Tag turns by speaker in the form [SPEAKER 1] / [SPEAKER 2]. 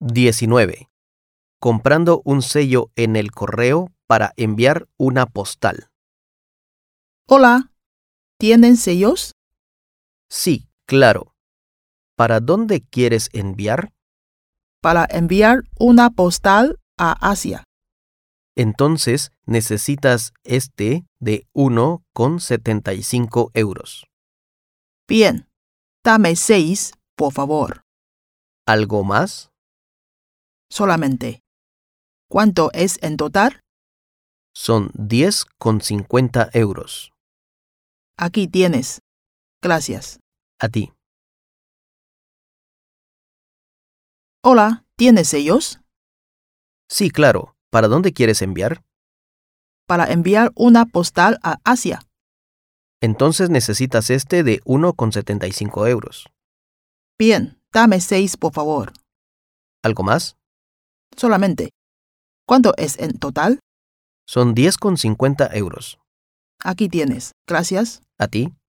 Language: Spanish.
[SPEAKER 1] 19. Comprando un sello en el correo para enviar una postal.
[SPEAKER 2] Hola, ¿tienen sellos?
[SPEAKER 1] Sí, claro. ¿Para dónde quieres enviar?
[SPEAKER 2] Para enviar una postal a Asia.
[SPEAKER 1] Entonces necesitas este de 1,75 euros.
[SPEAKER 2] Bien, dame seis, por favor.
[SPEAKER 1] ¿Algo más?
[SPEAKER 2] Solamente. ¿Cuánto es en total?
[SPEAKER 1] Son 10,50 euros.
[SPEAKER 2] Aquí tienes. Gracias.
[SPEAKER 1] A ti.
[SPEAKER 2] Hola, ¿tienes sellos?
[SPEAKER 1] Sí, claro. ¿Para dónde quieres enviar?
[SPEAKER 2] Para enviar una postal a Asia.
[SPEAKER 1] Entonces necesitas este de 1,75 euros.
[SPEAKER 2] Bien, dame seis, por favor.
[SPEAKER 1] ¿Algo más?
[SPEAKER 2] Solamente. ¿Cuánto es en total?
[SPEAKER 1] Son 10,50 euros.
[SPEAKER 2] Aquí tienes. Gracias.
[SPEAKER 1] ¿A ti?